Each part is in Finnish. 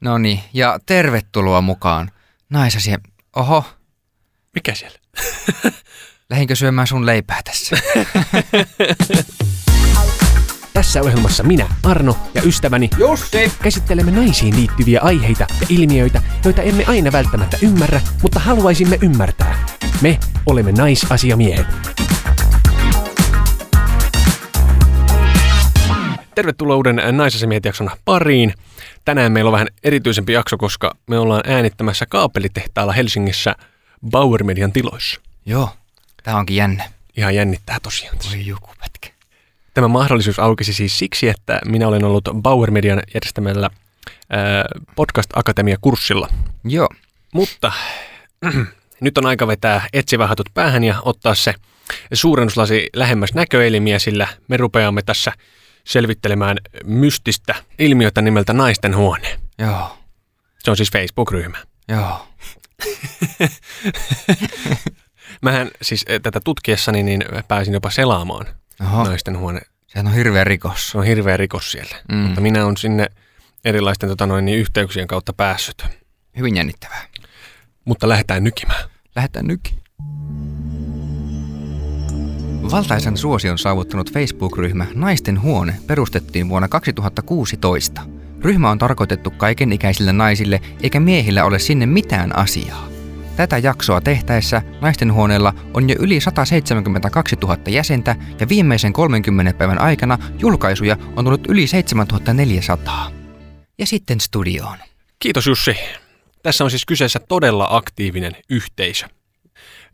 No niin, ja tervetuloa mukaan. Naisasi, oho, Mikä siellä? lähinkö syömään sun leipää tässä? Tässä ohjelmassa minä, Arno ja ystäväni Jussi! käsittelemme naisiin liittyviä aiheita ja ilmiöitä, joita emme aina välttämättä ymmärrä, mutta haluaisimme ymmärtää. Me olemme naisasiamiehet. Tervetuloa uuden naisasiamiehet jakson pariin. Tänään meillä on vähän erityisempi jakso, koska me ollaan äänittämässä kaapelitehtaalla Helsingissä Bauer Median tiloissa. Joo, tää onkin jännä. Ihan jännittää tosiaan. Voi joku pätkä. Tämä mahdollisuus aukesi siis siksi, että minä olen ollut Bauer Median järjestämällä ää, Podcast Akatemia-kurssilla. Joo, Mutta nyt on aika vetää etsivä hatut päähän ja ottaa se suurennuslasi lähemmäs näköelimiä, sillä me rupeamme tässä selvittelemään mystistä ilmiötä nimeltä Naisten huone. joo, Se on siis Facebook-ryhmä. joo. Mähän siis ää, tätä tutkiessani niin pääsin jopa selaamaan Oho, Naisten huone. sehän on hirveä rikos. Se on hirveä rikos siellä. Mm, Mutta minä olen sinne erilaisten tota noin, niin yhteyksien kautta päässyt. hyvin jännittävää. Mutta lähdetään nykimään. Lähetään nyt. Valtaisen suosion saavuttanut Facebook-ryhmä Naisten huone perustettiin vuonna 2016. Ryhmä on tarkoitettu kaikenikäisille naisille, eikä miehillä ole sinne mitään asiaa. Tätä jaksoa tehtäessä Naisten huoneella on jo yli 172 000 jäsentä ja viimeisen 30 päivän aikana julkaisuja on tullut yli 7400. Ja sitten studioon. Kiitos Jussi. Tässä on siis kyseessä todella aktiivinen yhteisö.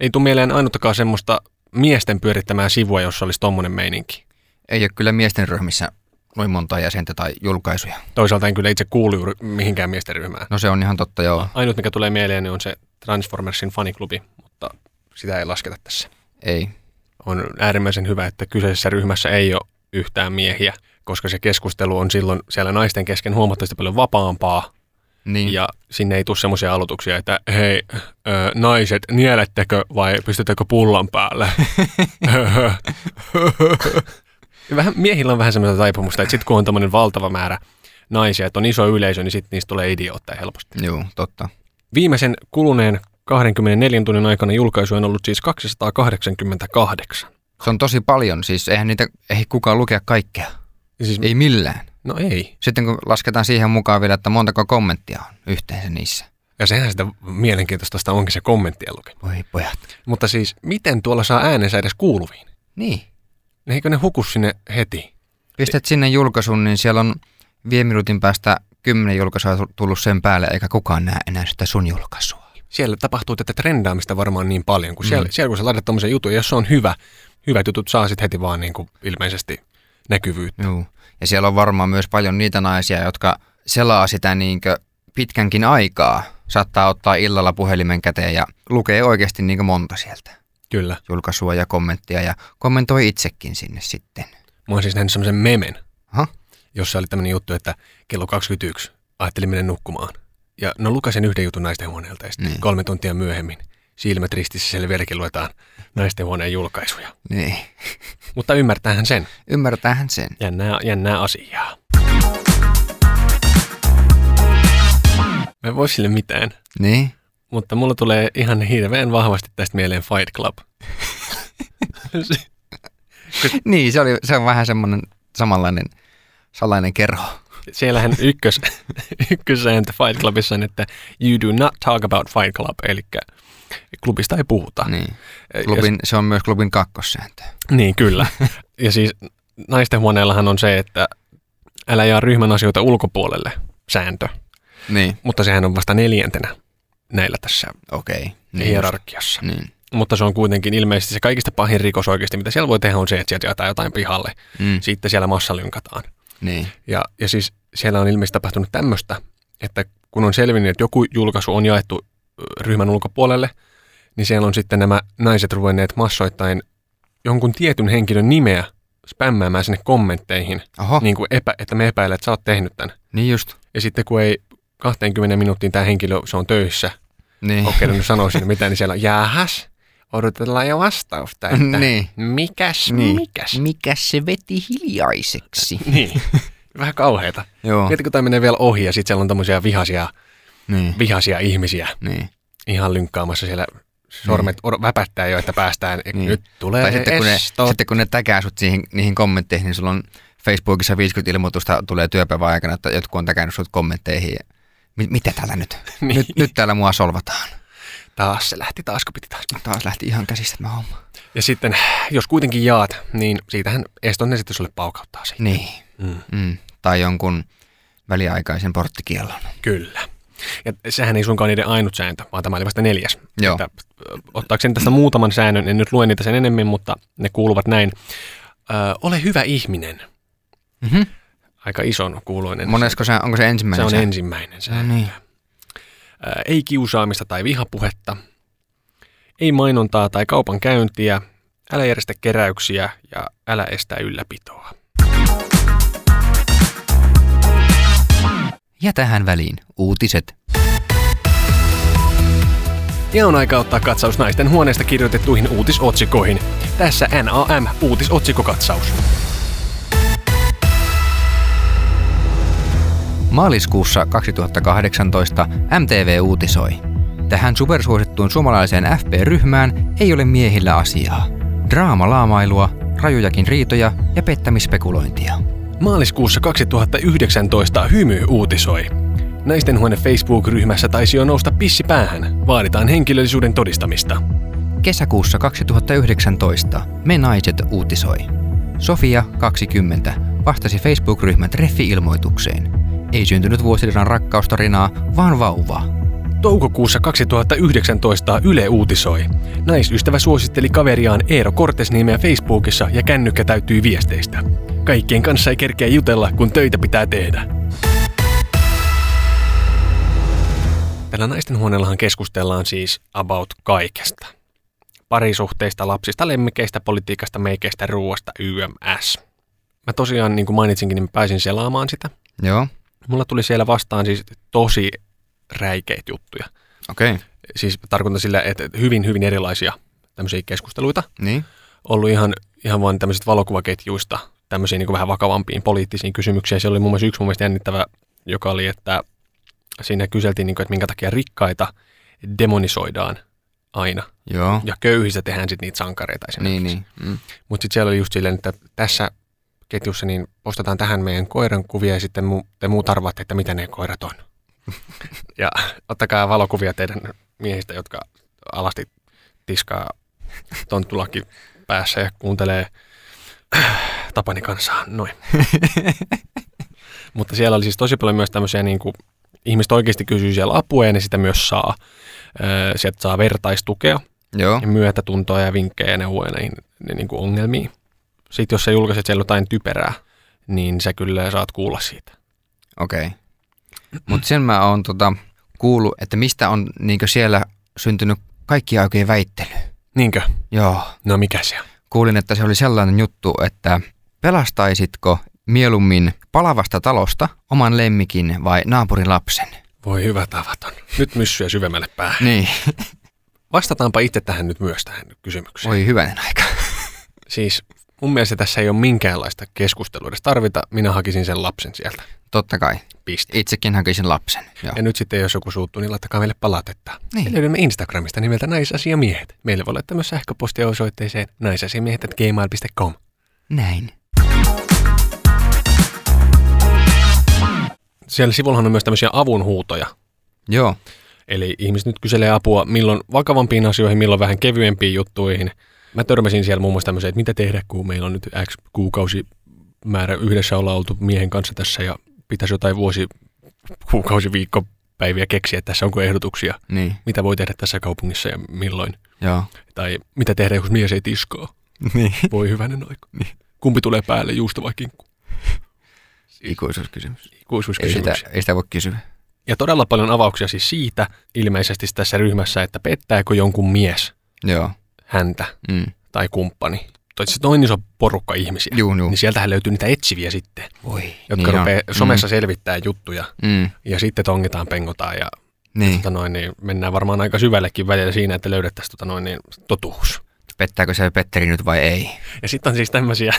Ei tule mieleen ainuttakaan semmoista miesten pyörittämää sivua, jossa olisi tommonen meininki. Ei ole kyllä miesten ryhmissä noin monta jäsentä tai julkaisuja. Toisaalta en kyllä itse kuulu juuri mihinkään miesten ryhmään. No se on ihan totta, joo. Ainut, mikä tulee mieleen, niin on se Transformersin faniklubi, mutta sitä ei lasketa tässä. Ei. On äärimmäisen hyvä, että kyseisessä ryhmässä ei ole yhtään miehiä, koska se keskustelu on silloin siellä naisten kesken huomattavasti paljon vapaampaa Niin. Ja sinne ei tule semmoisia aloituksia, että hei, ö, naiset, nielettekö vai pistettekö pullan päälle? vähän, miehillä on vähän semmoista taipumusta, että sitten kun on tämmöinen valtava määrä naisia, että on iso yleisö, niin sitten niistä tulee idiootteja helposti. Joo, totta. Viimeisen kuluneen 24 tunnin aikana julkaisuja on ollut siis 288. Se on tosi paljon, siis eihän niitä ei kukaan lukea kaikkea. Ja Siis, Ei millään. no ei. Sitten kun lasketaan siihen mukaan vielä, että montako kommenttia on yhteensä niissä. Ja sehän sitä mielenkiintoista sitä onkin se kommenttien lukeminen. Voi pojat. Mutta siis, miten tuolla saa äänensä edes kuuluviin? Niin. Eikö ne huku sinne heti? Pistät sinne julkaisun, niin siellä on viiden minuutin päästä kymmenen julkaisua tu- tullut sen päälle, eikä kukaan näe enää sitä sun julkaisua. siellä tapahtuu tätä trendaamista varmaan niin paljon, kun siellä, Mm. mm. siellä kun sä laitat tämmöisen jutun, jos se on hyvä, hyvät jutut saa sitten heti vaan niin kuin ilmeisesti näkyvyyttä. Joo. Ja siellä on varmaan myös paljon niitä naisia, jotka selaa sitä niinkö pitkänkin aikaa. Saattaa ottaa illalla puhelimen käteen ja lukee oikeasti niinkö monta sieltä. Kyllä. julkaisua ja kommenttia ja kommentoi itsekin sinne sitten. Mä oon siis nähnyt semmoisen memen, Aha. jossa oli tämmöinen juttu, että kello 21 ajattelin mennä nukkumaan. Ja no lukasin yhden jutun naisten huoneelta ja sitten Niin. niin. kolme tuntia myöhemmin silmät ristissä siellä vieläkin luetaan naisten huoneen julkaisuja. Niin. Mutta ymmärtäähän sen. Ymmärtäähän sen. Jännää, jännää asiaa. Mä en voi sille mitään. Niin. mutta mulla tulee ihan hirveän vahvasti tästä mieleen Fight Club. Se- Niin, se, oli, se on vähän semmoinen samanlainen salainen kerho. Siellähän ykkös, ykkössääntö Fight Clubissa on, että you do not talk about Fight Club, eli klubista ei puhuta. Niin. Ja- Klubin, se on myös klubin kakkossääntö. niin, kyllä. Ja siis naisten huoneellahan on se, että älä jaa ryhmän asioita ulkopuolelle sääntö, Niin. mutta sehän on vasta neljäntenä näillä tässä Okei. Okay. Niin. hierarkiassa. Niin. Mutta se on kuitenkin ilmeisesti se kaikista pahin rikos oikeasti, mitä siellä voi tehdä, on se, että sieltä jaetaan jotain pihalle. Mm. Sitten siellä massa lynkataan. niin. Ja, ja siis siellä on ilmeisesti tapahtunut tämmöistä, että kun on selvinnyt, että joku julkaisu on jaettu ö, ryhmän ulkopuolelle, niin siellä on sitten nämä naiset ruvenneet massoittain jonkun tietyn henkilön nimeä spämmäämään sinne kommentteihin, Oho. Niin. niin kuin epä, että me epäilet, että sä oot tehnyt tämän. niin just. Ja sitten kun ei 20 minuuttiin tämä henkilö, se on töissä, Niin. ole kerännyt sanoa sinne mitään, niin siellä on jäähäs, odotellaan jo vastausta, että Niin. mikäs, Niin. mikäs. Mikä se veti hiljaiseksi? Niin. Vähän kauheita. Joo, Mietitkö, tämä menee vielä ohi ja sitten siellä on tämmöisiä vihaisia, niin, vihaisia ihmisiä niin. ihan lynkkaamassa siellä sormet niin. väpättää jo, että päästään. Niin. Niin. Nyt tulee Tai sitten kun, ne, esto. sitten kun ne täkää sut siihen, niihin kommentteihin, niin sulla on Facebookissa 50 ilmoitusta tulee työpäivän aikana, että jotkut on täkännyt sut kommentteihin. Ja, mi- mitä täällä nyt? Niin. nyt? Nyt täällä mua solvataan. Taas se lähti, taas kun piti taas. Taas lähti ihan käsistä tämä homma. Ja sitten, jos kuitenkin jaat, niin siitähän eston ne sitten sulle paukauttaa siitä. Niin. Mm. Mm. Tai jonkun väliaikaisen porttikiellon. Kyllä. Ja sehän ei suinkaan niiden ainut sääntö, vaan tämä oli vasta neljäs. Joo. Että, ö, ottaakseni tästä muutaman säännön, en nyt lue niitä sen enemmän, mutta ne kuuluvat näin. Ö, ole hyvä ihminen. Mm-hmm. Aika ison kuuloinen. Monesko se, onko se se ensimmäinen? on ensimmäinen No sääntö. niin. Ö, ei kiusaamista tai vihapuhetta. Ei mainontaa tai kaupan käyntiä. Älä järjestä keräyksiä ja älä estä ylläpitoa. Ja tähän väliin uutiset. Ja on aika ottaa katsaus naisten huoneesta kirjoitettuihin uutisotsikoihin. Tässä NAM uutisotsikokatsaus. Maaliskuussa 2018 MTV uutisoi. Tähän supersuosittuun suomalaiseen FP-ryhmään ei ole miehillä asiaa. Draamalaamailua, rajujakin riitoja ja pettämispekulointia. Maaliskuussa 2019 Hymy uutisoi. Naisten huone Facebook-ryhmässä taisi jo nousta pissi päähän. Vaaditaan henkilöllisyyden todistamista. Kesäkuussa 2019 Me Naiset uutisoi. Sofia, 20, vastasi Facebook-ryhmän treffi-ilmoitukseen. Ei syntynyt vuosisadan rakkaustarinaa, vaan vauvaa. Toukokuussa 2019 Yle uutisoi. Naisystävä suositteli kaveriaan Eero Kortesniemeä Facebookissa ja kännykkä täytyy viesteistä. Kaikkien kanssa ei kerkeä jutella, kun töitä pitää tehdä. Tällä naisten huoneellahan keskustellaan siis about kaikesta. Parisuhteista, lapsista, lemmikeistä, politiikasta, meikeistä, ruoasta, YMS. Mä tosiaan, niin kuin mainitsinkin, niin mä pääsin selaamaan sitä. Joo, Mulla tuli siellä vastaan siis tosi räikeitä juttuja okei. Okay. siis tarkoitan sillä, että hyvin, hyvin erilaisia tämmöisiä keskusteluita. Niin. Ollut ihan, ihan vaan tämmöiset valokuvaketjuista tämmöisiin niin vähän vakavampiin poliittisiin kysymyksiin. Se oli mun mielestä yksi mun mielestä jännittävä, joka oli, että siinä kyseltiin, niin kuin, että minkä takia rikkaita demonisoidaan aina. Joo. Ja köyhistä tehdään sitten niitä sankareita esimerkiksi. Niin, niin. Mm. Mutta sitten siellä oli just silleen, että tässä ketjussa niin postataan tähän meidän koiran kuvia ja sitten mu- te muut arvaatte, että mitä ne koirat on. ja ottakaa valokuvia teidän miehistä, jotka alasti tiskaa tonttulaki päässä ja kuuntelee Tapani kansaa. Noin. Mutta siellä oli siis tosi paljon myös tämmöisiä niin kuin, ihmiset oikeasti kysyy siellä apua ja ne sitä myös saa. Öö, Sieltä saa vertaistukea Joo. ja myötätuntoa ja vinkkejä ja neuvoja näihin ne, niin kuin ongelmiin. Sitten jos sä julkaiset siellä jotain typerää, niin sä kyllä saat kuulla siitä. Okei. Mutta sen mä oon tota, kuullut, että mistä on niinkö siellä syntynyt kaikki oikein väittely. Niinkö? Joo. No mikä se on? Kuulin, että se oli sellainen juttu, että pelastaisitko mieluummin palavasta talosta oman lemmikin vai naapurin lapsen? Voi hyvä tavaton. Nyt myssyä syvemmälle päähän. Niin. Vastataanpa itse tähän nyt myös tähän kysymykseen. Voi hyvänen aika. Siis mun mielestä tässä ei ole minkäänlaista keskustelua edes tarvita. Minä hakisin sen lapsen sieltä. Totta kai. Piste. Itsekin hakisin lapsen. Joo. Ja nyt sitten, jos joku suuttuu, niin laittakaa meille palautetta. Niin. Me löydämme Instagramista nimeltä naisasiamiehet. Meille voi laittaa myös sähköpostia osoitteeseen naisasiamiehet.gmail.com. Näin. Siellä sivullahan on myös tämmöisiä avunhuutoja. Joo. Eli ihmiset nyt kyselee apua milloin vakavampiin asioihin, milloin vähän kevyempiin juttuihin. Mä törmäsin siellä muun muassa tämmöiseen, että mitä tehdä, kun meillä on nyt X kuukausi määrä yhdessä olla oltu miehen kanssa tässä ja pitäisi jotain vuosi, kuukausi, viikkopäiviä keksiä, että tässä onko ehdotuksia, Niin. mitä voi tehdä tässä kaupungissa ja milloin. Joo. Tai mitä tehdä, jos mies ei tiskaa. Niin. Voi hyvänen aika. Kumpi tulee päälle, juusto vai kinkku? Ikuisuuskysymys. Ei sitä, Ikuisuuskysymyksiä. ei sitä voi kysyä. Ja todella paljon avauksia siis siitä ilmeisesti tässä ryhmässä, että pettääkö jonkun mies Joo. häntä Mm. tai kumppani. Tai se noin iso porukka ihmisiä. Juu, juu. Niin sieltähän löytyy niitä etsiviä sitten, Voi. jotka niin on. rupeaa somessa mm. selvittää juttuja. Mm. Mm. Ja sitten tongitaan, pengotaan ja Niin. tota noin, niin mennään varmaan aika syvällekin välillä siinä, että löydettäisiin tota noin, niin totuus. Pettääkö se Petteri nyt vai ei? Ja sitten on siis tämmöisiä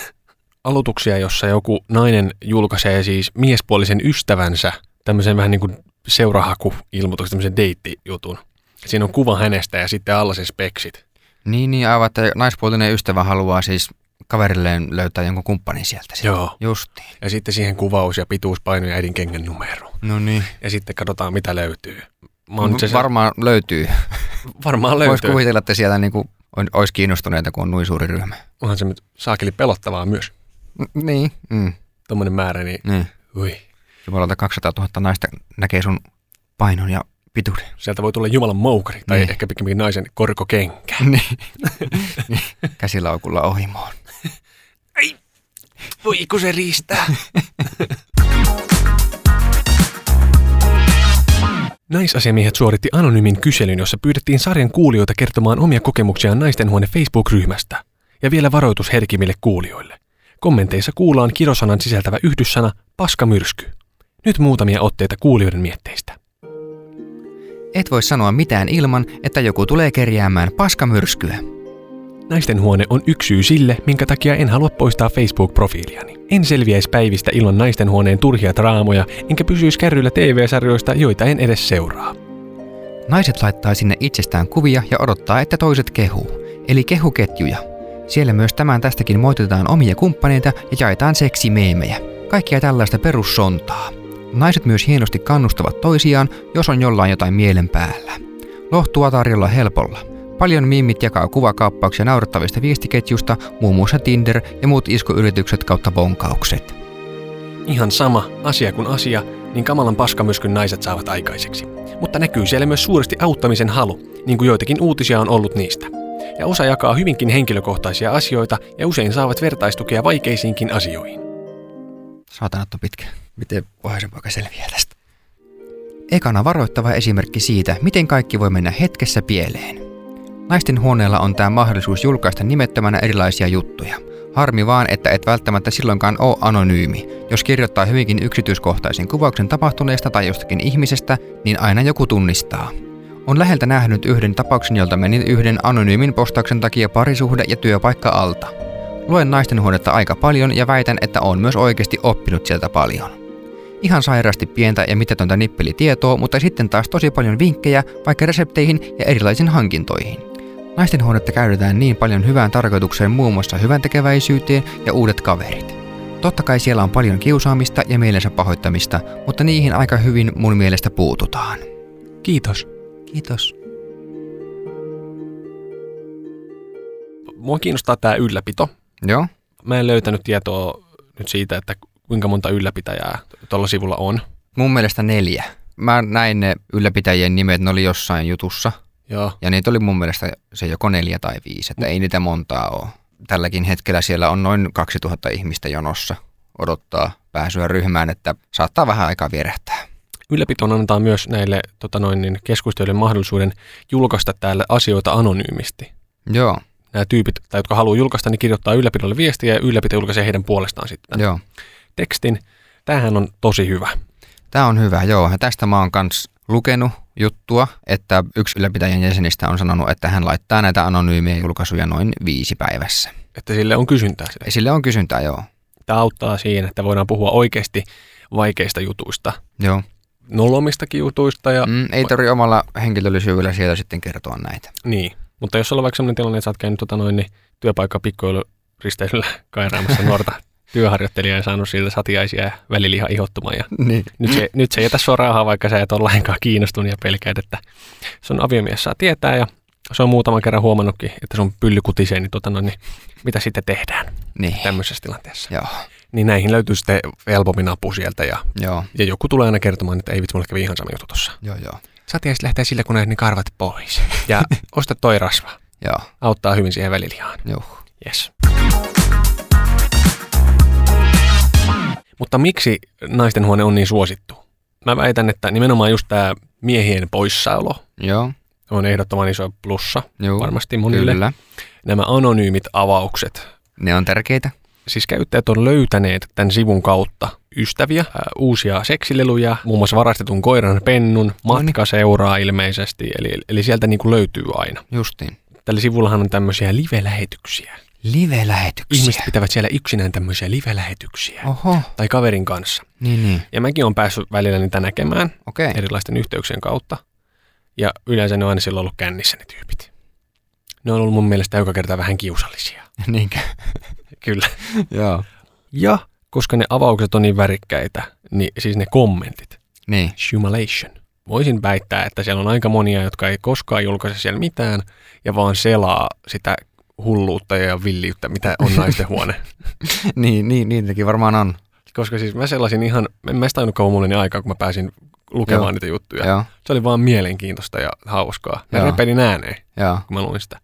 aloituksia, jossa joku nainen julkaisee siis miespuolisen ystävänsä tämmöisen vähän niin kuin seurahaku-ilmoituksen, tämmöisen deittijutun. Siinä on kuva hänestä ja sitten alla se speksit. Niin, niin aivan, että naispuolinen ystävä haluaa siis kaverilleen löytää jonkun kumppanin sieltä. sitten. Joo. Justiin. Ja sitten siihen kuvaus ja pituuspaino ja äidin kengän numero. No niin. Ja sitten katsotaan, mitä löytyy. Mä oon itse asiassa- Varmaan löytyy. varmaan Voisi löytyy. kuvitella, että siellä niinku on- olisi kiinnostuneita, kun on noin suuri ryhmä. Onhan se nyt saakeli pelottavaa myös, N- niin. Mm, tuommoinen määrä, niin niin. ui. Jumalalta 200 000 naista näkee sun painon ja pituuden. Sieltä voi tulla Jumalan moukari, tai Niin. ehkä pikemminkin naisen korkokenkä. Niin. Käsilaukulla ohimoon. Voi kun se riistää. Naisasiamiehet suoritti anonyymin kyselyn, jossa pyydettiin sarjan kuulijoita kertomaan omia kokemuksiaan naistenhuone Facebook-ryhmästä. Ja vielä varoitus herkimmille kuulijoille. Kommenteissa kuullaan kirosanan sisältävä yhdyssana paskamyrsky. Nyt muutamia otteita kuulijoiden mietteistä. Et voi sanoa mitään ilman, että joku tulee kerjäämään paskamyrskyä. Naisten huone on yksi syy sille, minkä takia en halua poistaa Facebook-profiiliani. En selviäisi päivistä ilman naisten huoneen turhia draamoja, enkä pysyisi kärryillä TV-sarjoista, joita en edes seuraa. Naiset laittaa sinne itsestään kuvia ja odottaa, että toiset kehuu, eli kehuketjuja. Siellä myös tämän tästäkin moitetaan omia kumppaneita ja jaetaan seksimeemejä. Kaikkia tällaista perussontaa. Naiset myös hienosti kannustavat toisiaan, jos on jollain jotain mielen päällä. Lohtua tarjolla helpolla. Paljon mimmit jakaa kuvakaappauksia naurettavista viestiketjusta, muun muassa Tinder ja muut iskuyritykset kautta bonkaukset. Ihan sama, asia kuin asia, niin kamalan paskamyrskyn naiset saavat aikaiseksi. Mutta näkyy siellä myös suuresti auttamisen halu, niin kuin joitakin uutisia on ollut niistä. Ja osa jakaa hyvinkin henkilökohtaisia asioita ja usein saavat vertaistukea vaikeisiinkin asioihin. Saatanatto pitkä. Miten pohjoisen poika selviää tästä? Ekana varoittava esimerkki siitä, miten kaikki voi mennä hetkessä pieleen. Naisten huoneella on tämä mahdollisuus julkaista nimettömänä erilaisia juttuja. Harmi vaan, että et välttämättä silloinkaan ole anonyymi. Jos kirjoittaa hyvinkin yksityiskohtaisen kuvauksen tapahtuneesta tai jostakin ihmisestä, niin aina joku tunnistaa. On läheltä nähnyt yhden tapauksen, jolta meni yhden anonyymin postauksen takia parisuhde ja työpaikka alta. Luen naistenhuonetta aika paljon ja väitän, että on myös oikeasti oppinut sieltä paljon. Ihan sairaasti pientä ja mitätöntä nippelitietoa, mutta sitten taas tosi paljon vinkkejä vaikka resepteihin ja erilaisiin hankintoihin. Naistenhuonetta käytetään niin paljon hyvään tarkoitukseen muun muassa hyvän tekeväisyyteen ja uudet kaverit. Totta kai siellä on paljon kiusaamista ja mielensä pahoittamista, mutta niihin aika hyvin mun mielestä puututaan. Kiitos. Kiitos. Mua kiinnostaa tämä ylläpito. Joo, Mä en löytänyt tietoa nyt siitä, että kuinka monta ylläpitäjää tuolla sivulla on. mun mielestä neljä. Mä näin ne ylläpitäjien nimet, ne oli jossain jutussa. Joo. Ja niitä oli mun mielestä se joko neljä tai viisi, että ei niitä montaa ole. Tälläkin hetkellä siellä on noin 2000 ihmistä jonossa odottaa pääsyä ryhmään, että saattaa vähän aikaa vierähtää. Ylläpitoon annetaan myös näille tota noin, niin keskustelujen mahdollisuuden julkaista täällä asioita anonyymisti. Joo, Nämä tyypit, tai jotka haluaa julkaista, niin kirjoittaa ylläpidolle viestiä ja ylläpito julkaisee heidän puolestaan sitten joo. tekstin. Tämähän on tosi hyvä. Tämä on hyvä, joo. Ja tästä mä oon kans lukenut juttua, että yksi ylläpitäjän jäsenistä on sanonut, että hän laittaa näitä anonyymiä julkaisuja noin viisi päivässä. Että sille on kysyntää. Sille. Ja Sille on kysyntää, joo. Tämä auttaa siihen, että voidaan puhua oikeasti vaikeista jutuista, Joo. nolomistakin jutuista ja Mm, ei tarvi omalla henkilöllisyydellä siellä sitten kertoa näitä. Niin, mutta jos on vaikka sellainen tilanne, että sä oot käynyt tota noin, niin työpaikka pikkoiluristeilyllä kairaamassa nuorta työharjoittelijaa ja saanut siltä satiaisia ja väliliha ihottumaan. Ja Niin. nyt, se, nyt se jätä sua rauhaan, vaikka sä et ole lainkaan kiinnostunut ja pelkäät, että sun aviomies saa tietää ja se on muutaman kerran huomannutkin, että sun pylly kutisee, niin, tota noin, niin mitä sitten tehdään Niin, tämmöisessä tilanteessa. joo. Niin näihin löytyy sitten helpommin apu sieltä ja, Joo, ja joku tulee aina kertomaan, että ei vitsi, mulle kävi ihan sama juttu tossa. joo, joo. Satiaiset lähtee sillä, kun näet ne karvat pois ja osta toi rasva Joo, auttaa hyvin siihen välilihaan. joo. Yes. Mutta miksi naistenhuone on niin suosittu? Mä väitän, että nimenomaan just tämä miehien poissaolo Joo, on ehdottoman iso plussa joo. varmasti monille. Kyllä. Kyllä. Nämä anonyymit avaukset. Ne on tärkeitä. Siis käyttäjät on löytäneet tämän sivun kautta ystäviä, ää, uusia seksileluja, muun muassa varastetun koiran pennun, matka seuraa ilmeisesti, eli, eli sieltä niin kuin löytyy aina. Justiin. Tällä sivullahan on tämmöisiä live-lähetyksiä. Live-lähetyksiä. Ihmiset pitävät siellä yksinään tämmöisiä live-lähetyksiä. Oho, Tai kaverin kanssa. niin niin, Ja mäkin olen päässyt välillä niitä näkemään okei. erilaisten yhteyksien kautta. Ja yleensä ne on aina silloin ollut kännissä ne tyypit. Ne on ollut mun mielestä joka kerta vähän kiusallisia. Niinkö? Kyllä. Joo. Ja koska ne avaukset on niin värikkäitä, niin siis ne kommentit, Niin, jumalation. Voisin väittää, että siellä on aika monia, jotka ei koskaan julkaise siellä mitään ja vaan selaa sitä hulluutta ja villiyttä, mitä on naisten huone. niin, niin, niitäkin varmaan on. Koska siis mä selasin ihan, en mä sitä kauan mulla oli aikaa, kun mä pääsin lukemaan Joo. niitä juttuja. Joo, Se oli vaan mielenkiintoista ja hauskaa. Mä Joo. repelin ääneen, joo. kun mä luin sitä.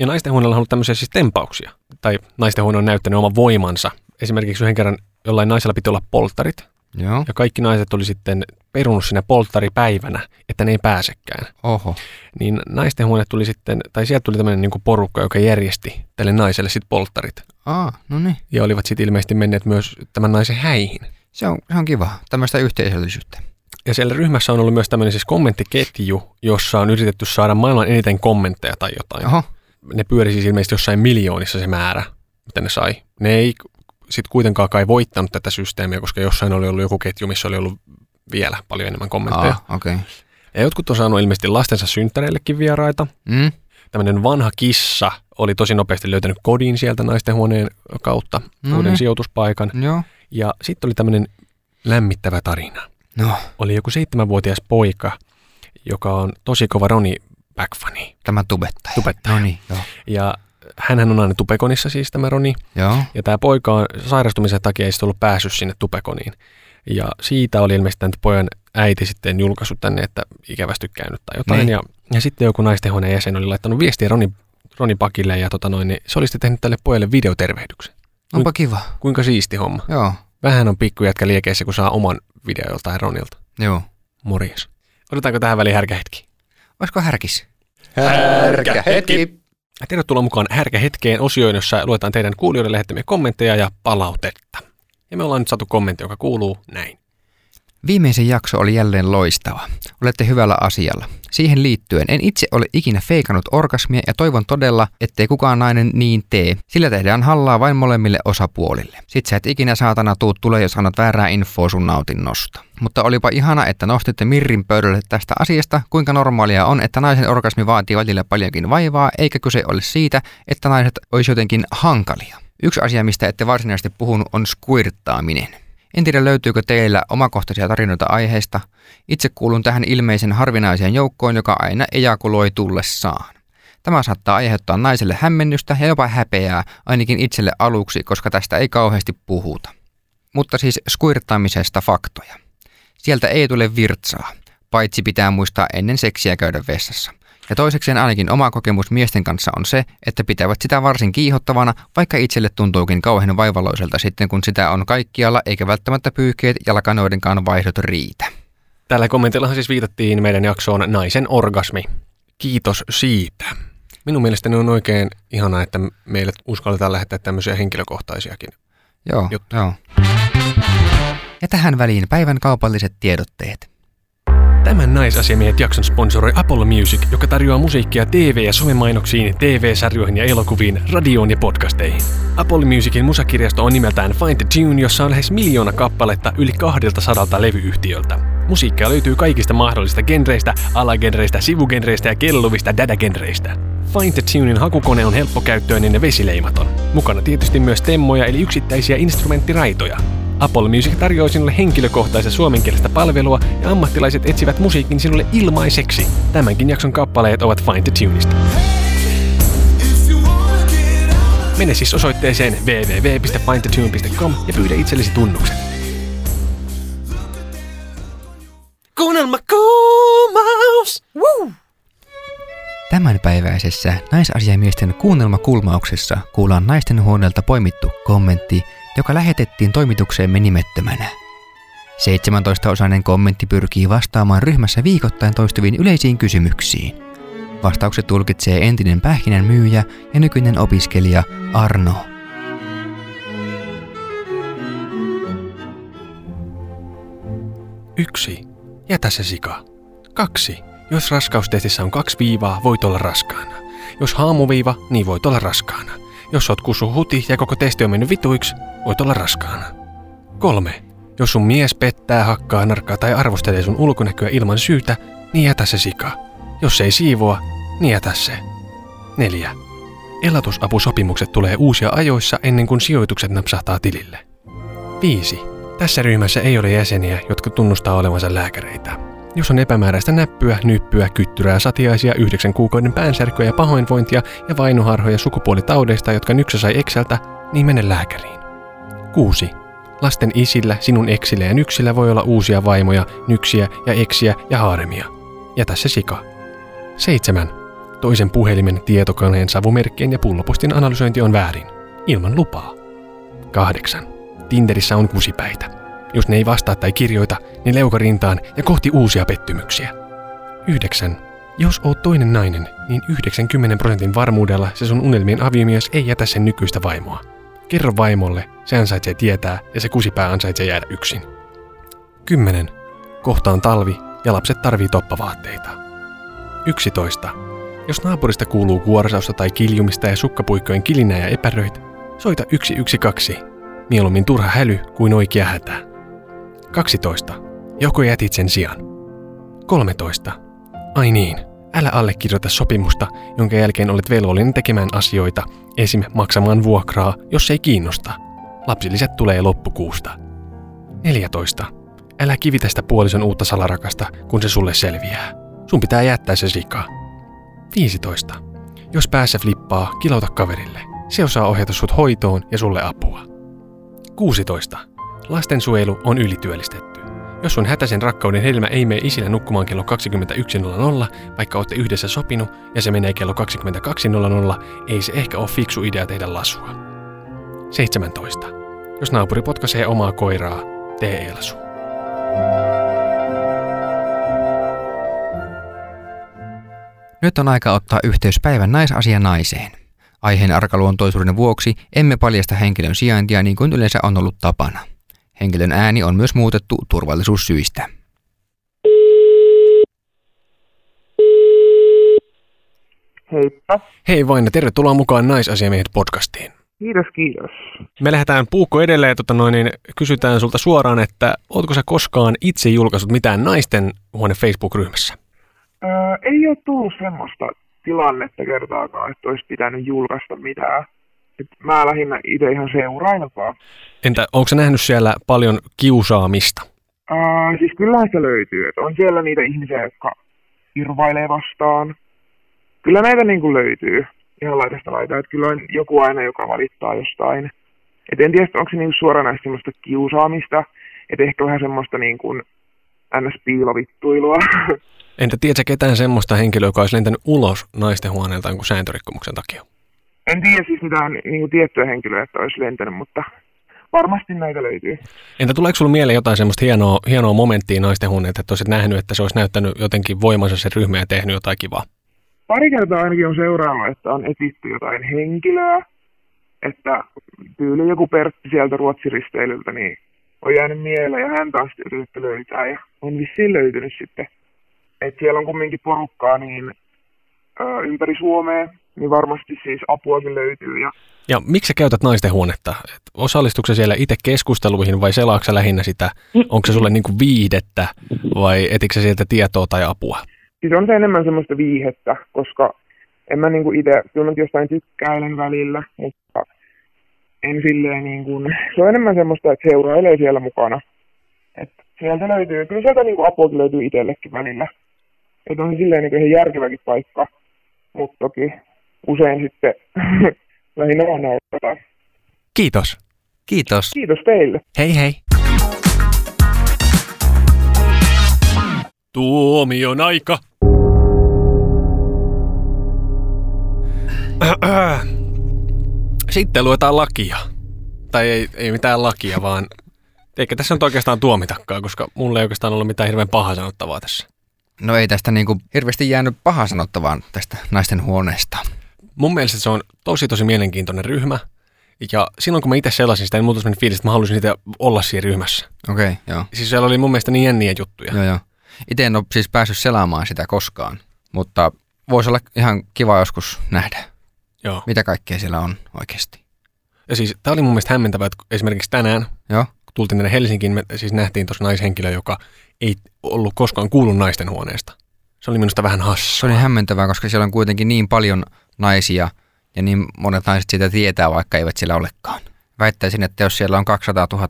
Ja naistenhuoneella on ollut tämmöisiä siis tempauksia. Tai naistenhuone on näyttänyt oman voimansa. Esimerkiksi yhden kerran jollain naisella piti olla polttarit. Joo, Ja kaikki naiset oli sitten perunut sinne polttaripäivänä, että ne ei pääsekään. oho. Niin naistenhuone tuli sitten, tai sieltä tuli tämmöinen niinku porukka, joka järjesti tälle naiselle sitten polttarit. Aa, no niin. Ja olivat sitten ilmeisesti menneet myös tämän naisen häihin. Se on, se on kiva. Tämmöistä yhteisöllisyyttä. Ja siellä ryhmässä on ollut myös tämmöinen siis kommenttiketju, jossa on yritetty saada maailman eniten kommentteja tai jotain. Oho, Ne pyöri siis ilmeisesti jossain miljoonissa se määrä, mitä ne sai. Ne ei sitten kuitenkaan kai voittanut tätä systeemiä, koska jossain oli ollut joku ketju, missä oli ollut vielä paljon enemmän kommentteja. Aa, okei. Okay. Ja jotkut on saanut ilmeisesti lastensa synttäreillekin vieraita. Mm? Tämmöinen vanha kissa oli tosi nopeasti löytänyt kodin sieltä naistenhuoneen kautta, No uuden niin. sijoituspaikan. Joo. Ja sitten oli tämmöinen lämmittävä tarina. No, Oli joku seitsemänvuotias poika, joka on tosi kova Roni Backfani. tämä tubettaja. Tubettaja. No niin, joo. Ja hänhän on aina Tupekonissa siis tämä Roni. Joo, Ja tämä poika on sairastumisen takia ei sitten ollut päässyt sinne Tupekoniin. Ja siitä oli ilmeisesti tämän pojan äiti sitten julkaissut tänne, että ikävästi käynyt tai jotain. Niin. Ja, ja sitten joku naistenhuoneen jäsen oli laittanut viestiä Roni, Roni Pakille ja tota noin, niin se oli sitten tehnyt tälle pojalle videotervehdyksen. onpa kiva. Kuinka siisti homma. Joo, Vähän on pikkujätkä liekeissä, kun saa oman videon joltain Ronilta. joo. Morjes. Otetaanko tähän väliin härkä hetki? Olisiko härkis? Härkä hetki. Tervetuloa mukaan Härkähetkeen osioon, jossa luetaan teidän kuulijoiden lähettämiä kommentteja ja palautetta. Ja me ollaan nyt saatu kommentti, joka kuuluu näin. Viimeisen jakso oli jälleen loistava. Olette hyvällä asialla. Siihen liittyen en itse ole ikinä feikannut orgasmia ja toivon todella, ettei kukaan nainen niin tee. Sillä tehdään hallaa vain molemmille osapuolille. Sit sä et ikinä saatana tuu tule, jos annat väärää infoa sun nautinnosta. Mutta olipa ihana, että nostitte Mirrin pöydälle tästä asiasta, kuinka normaalia on, että naisen orgasmi vaatii välillä paljonkin vaivaa, eikä kyse ole siitä, että naiset olisi jotenkin hankalia. Yksi asia, mistä ette varsinaisesti puhunut, on skuirttaaminen. En tiedä löytyykö teillä omakohtaisia tarinoita aiheesta. Itse kuulun tähän ilmeisen harvinaiseen joukkoon, joka aina ejakuloi tullessaan. Tämä saattaa aiheuttaa naiselle hämmennystä ja jopa häpeää, ainakin itselle aluksi, koska tästä ei kauheasti puhuta. Mutta siis skuirttaamisesta faktoja. Sieltä ei tule virtsaa, paitsi pitää muistaa ennen seksiä käydä vessassa. Ja toisekseen ainakin oma kokemus miesten kanssa on se, että pitävät sitä varsin kiihottavana, vaikka itselle tuntuukin kauhean vaivalloiselta sitten, kun sitä on kaikkialla, eikä välttämättä pyyhkeet jalkanoidenkaan vaihdot riitä. Tällä kommentillahan siis viitattiin meidän jaksoon Naisen orgasmi. Kiitos siitä. Minun mielestäni on oikein ihanaa, että meille uskalletaan lähettää tämmöisiä henkilökohtaisiakin. Joo, Juttu. joo. Ja tähän väliin päivän kaupalliset tiedotteet. Tämän naisasiamiehet jakson sponsoroi Apollo Music, joka tarjoaa musiikkia TV- ja somemainoksiin, TV-sarjoihin ja elokuviin, radioon ja podcasteihin. Apollo Musicin musakirjasto on nimeltään Find the Tune, jossa on lähes miljoona kappaletta yli 200 levyyhtiöltä. Musiikkia löytyy kaikista mahdollisista genreistä, alagenreistä, sivugenreistä ja kelluvista dadagenreistä. Find the Tunein hakukone on helppokäyttöinen ja vesileimaton. Mukana tietysti myös temmoja eli yksittäisiä instrumenttiraitoja. Apollo Music tarjoaa sinulle henkilökohtaista suomenkielistä palvelua ja ammattilaiset etsivät musiikin sinulle ilmaiseksi. Tämänkin jakson kappaleet ovat Find the Tunista. Mene siis osoitteeseen www.findthetune.com ja pyydä itsellesi tunnukset. Kuunnelma kuumaus! Woo! Tämänpäiväisessä naisasiamiesten kuunnelmakulmauksessa kuullaan naisten huoneelta poimittu kommentti, joka lähetettiin toimitukseemme nimettömänä. 17-osainen kommentti pyrkii vastaamaan ryhmässä viikoittain toistuviin yleisiin kysymyksiin. Vastaukset tulkitsee entinen pähkinän myyjä ja nykyinen opiskelija Arno. Yksi. Jätä se sika. Kaksi. Jos raskaustestissä on kaksi viivaa, voit olla raskaana. Jos haamuviiva, niin voit olla raskaana. Jos sä oot kussu huti ja koko testi on mennyt vituiksi, voit olla raskaana. 3. Jos sun mies pettää, hakkaa, narkkaa tai arvostelee sun ulkonäköä ilman syytä, niin jätä se sika. Jos ei siivoa, niin jätä se. 4. Elatusapusopimukset tulee uusia ajoissa ennen kuin sijoitukset napsahtaa tilille. 5. Tässä ryhmässä ei ole jäseniä, jotka tunnustaa olevansa lääkäreitä. Jos on epämääräistä näppyä, nyppyä, kyttyrää, satiaisia, yhdeksän kuukauden päänsärkyä ja pahoinvointia ja vainoharhoja sukupuolitaudeista, jotka nyksä sai Exceltä, niin mene lääkäriin. 6. Lasten isillä, sinun eksillä ja nyksillä voi olla uusia vaimoja, nyksiä ja eksiä ja haaremia. Jätä se sika. 7. Toisen puhelimen, tietokoneen, savumerkkien ja pullopostin analysointi on väärin. Ilman lupaa. 8. Tinderissä on kusipäitä. Jos ne ei vastaa tai kirjoita, niin leuka rintaan ja kohti uusia pettymyksiä. 9. Jos oot toinen nainen, niin 90 prosentin varmuudella se sun unelmien aviomies ei jätä sen nykyistä vaimoa. Kerro vaimolle, se ansaitsee tietää ja se kusipää ansaitsee jäädä yksin. 10. Kohta on talvi ja lapset tarvii toppavaatteita. 11. Jos naapurista kuuluu kuorsausta tai kiljumista ja sukkapuikkojen kilinää ja epäröit, soita 112. Mieluummin turha häly kuin oikea hätä. 12. Joko jätit sen sijaan. 13. Ai niin, älä allekirjoita sopimusta, jonka jälkeen olet velvollinen tekemään asioita, esim. maksamaan vuokraa, jos ei kiinnosta. Lapsilisät tulee loppukuusta. 14. Älä kivitä sitä puolison uutta salarakasta, kun se sulle selviää. Sun pitää jättää se sika. 15. Jos päässä flippaa, kilauta kaverille. Se osaa ohjata sut hoitoon ja sulle apua. 16. Lastensuojelu on ylityöllistetty. Jos sun hätäisen rakkauden helmä ei mene isillä nukkumaan kello 21.00, vaikka olette yhdessä sopinut, ja se menee kello 22.00, ei se ehkä ole fiksu idea tehdä lasua. 17. Jos naapuri potkaisee omaa koiraa, tee elsu. Nyt on aika ottaa yhteys päivän naisasia naiseen. Aiheen arkaluontoisuuden vuoksi emme paljasta henkilön sijaintia niin kuin yleensä on ollut tapana. Henkilön ääni on myös muutettu turvallisuussyistä. Heippa. Hei vain ja tervetuloa mukaan Naisasiamiehet podcastiin. Kiitos, kiitos. Me lähdetään puukko edelleen, tota noin, niin kysytään sulta suoraan, että ootko sä koskaan itse julkaissut mitään naisten huone Facebook-ryhmässä? Öö, ei ole tullut semmoista tilannetta kertaakaan, että olisi pitänyt julkaista mitään. Et mä lähinnä itse ihan seurailen vaan. Entä onko sä nähnyt siellä paljon kiusaamista? Öö, siis kyllä sitä löytyy. Et on siellä niitä ihmisiä, jotka irvailee vastaan. Kyllä näitä niin kuin löytyy ihan laidasta laitaan. Että kyllä on joku aina, joka valittaa jostain. Et en tiedä, että onko se niin suoranaista semmoista kiusaamista. Että ehkä vähän semmoista niin kuin ns-piilovittuilua. Entä tiedätkö ketään semmoista henkilöä, joka olisi lentänyt ulos naisten huoneeltaan kuin sääntörikkomuksen takia? En tiedä siis mitään niin kuin tiettyä henkilöä, että olisi lentänyt, mutta varmasti näitä löytyy. Entä tuleeko sulla mieleen jotain semmoista hienoa, hienoa momenttia naisten huoneelta, että olisit nähnyt, että se olisi näyttänyt jotenkin voimansa se ryhmä ja tehnyt jotain kivaa? Pari kertaa ainakin on seurannut, että on etsitty jotain henkilöä, että tyyli joku Pertti sieltä ruotsiristeilyltä, niin on jäänyt mieleen ja häntä on sitten yritetty löytää ja on vissiin löytynyt sitten. Et siellä on kumminkin porukkaa niin ö, ympäri Suomea, niin varmasti siis apuakin löytyy ja Ja miksi sä käytät naisten huonetta? Et osallistuuko sä siellä itse keskusteluihin vai selaatko sä lähinnä sitä? Onko se sulle niinku viihdettä vai etikö sä sieltä tietoa tai apua? siis on se enemmän semmoista viihettä, koska en mä niinku itse, kyllä mä nyt jostain tykkäilen välillä, mutta en silleen niin kuin, se on enemmän semmoista, että seurailee siellä mukana. Et sieltä löytyy, kyllä sieltä niinku apuakin löytyy itsellekin välillä. Että on se silleen niinku ihan järkeväkin paikka, mutta toki usein sitten lähinnä vaan naurataan. Kiitos. Kiitos. Kiitos teille. Hei hei. Tuomion aika. Sitten luetaan lakia. Tai ei, ei mitään lakia, vaan eikä tässä nyt oikeastaan tuomitakaan, koska mulla ei oikeastaan ollut mitään hirveän pahaa sanottavaa tässä. No ei tästä niinku hirveästi jäänyt paha sanottavaa tästä naisten huoneesta. Mun mielestä se on tosi tosi mielenkiintoinen ryhmä. Ja silloin kun mä itse sellaisin sitä, niin mulla tuli sellainen fiilis, että mä haluaisin niitä olla siinä ryhmässä. Okei, okay, joo. Siis siellä oli mun mielestä niin jänniä juttuja. Joo, joo. Itse en ole siis päässyt selaamaan sitä koskaan, mutta voisi olla ihan kiva joskus nähdä. Joo. Mitä kaikkea siellä on oikeasti? Ja siis tämä oli mun mielestä hämmentävää, että esimerkiksi tänään, Joo. kun tultiin tänne Helsinkiin, me siis nähtiin tuossa naishenkilö, joka ei ollut koskaan kuullut naisten huoneesta. Se oli minusta vähän Se hassua. oli hämmentävää, koska siellä on kuitenkin niin paljon naisia ja niin monet naiset sitä tietää, vaikka eivät siellä olekaan. Väittäisin, että jos siellä on 200 000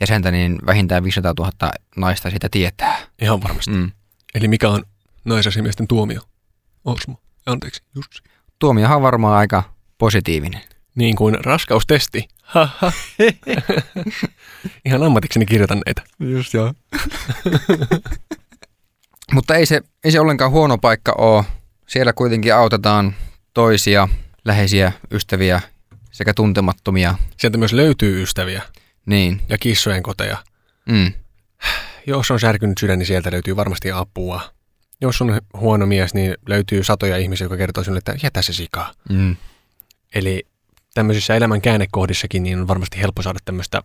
jäsentä, niin vähintään 500 000 naista sitä tietää. Ihan varmasti. Mm. Mm. Eli mikä on naisasimiesten tuomio? Osmo. Anteeksi, Jussi. Tuomiohan on varmaan aika positiivinen. Niin kuin raskaustesti. Haha. Ihan ammatikseni kirjoitan näitä. Just joo. Mutta ei se, ei se ollenkaan huono paikka ole. Siellä kuitenkin autetaan toisia läheisiä ystäviä sekä tuntemattomia. Sieltä myös löytyy ystäviä Niin. ja kissojen koteja. Mm. Jos on särkynyt sydän, niin sieltä löytyy varmasti apua. Jos on huono mies, niin löytyy satoja ihmisiä, jotka kertoo sinulle, että jätä se sikaa. Mm. Eli tämmöisissä elämän käännekohdissakin niin on varmasti helppo saada tämmöistä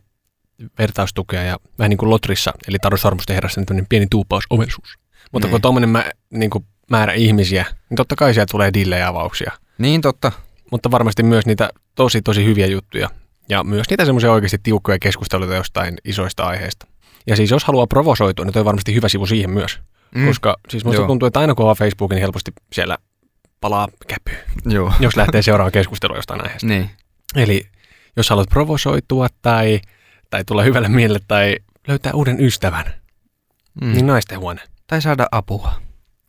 vertaistukea ja vähän niin kuin Lotrissa, eli Taru Sormusten herrassa, niin tämmöinen pieni tuupaus ovelsuus. Mutta Niin. kun tuommoinen mä, niin kuin määrä ihmisiä, niin totta kai siellä tulee dillejä avauksia. Niin totta. Mutta varmasti myös niitä tosi tosi hyviä juttuja ja myös niitä semmoisia oikeasti tiukkoja keskusteluita jostain isoista aiheista. Ja siis jos haluaa provosoitua, niin toi on varmasti hyvä sivu siihen myös. Mm. Mm. Koska siis musta Joo. tuntuu, että aina kun avaa Facebookin, niin helposti siellä palaa käpy, Joo. jos lähtee seuraamaan keskustelua jostain aiheesta. Niin. Eli jos haluat provosoitua tai, tai tulla hyvälle mielelle tai löytää uuden ystävän, mm. Mm. niin Niin. naisten huone. Tai saada apua.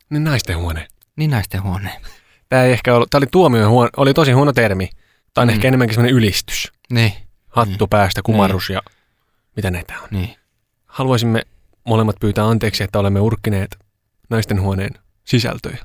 Niin naisten huone. Niin naisten huoneen. Tämä ei ehkä ollut, tämä oli tuomio, huono, oli tosi huono termi. Tämä on Mm. ehkä enemmänkin semmoinen ylistys. Niin. Hattu päästä, kumarrus ja mitä näitä on. Niin. Haluaisimme molemmat pyytää anteeksi, että olemme urkkineet naisten huoneen sisältöjä.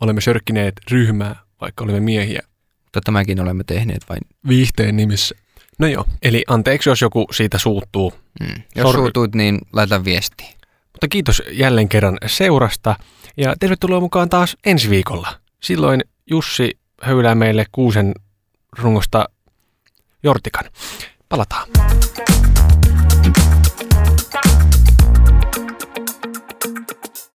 Olemme sörkkineet ryhmää, vaikka olemme miehiä, Mutta tämäkin olemme tehneet vain. viihteen nimissä. No joo, eli anteeksi, jos joku siitä suuttuu. Mm. Jos Sorry. suutuit, niin laita viestiä. Mutta kiitos jälleen kerran seurasta ja tervetuloa mukaan taas ensi viikolla. Silloin Jussi höylää meille kuusen rungosta jortikan. Palataan.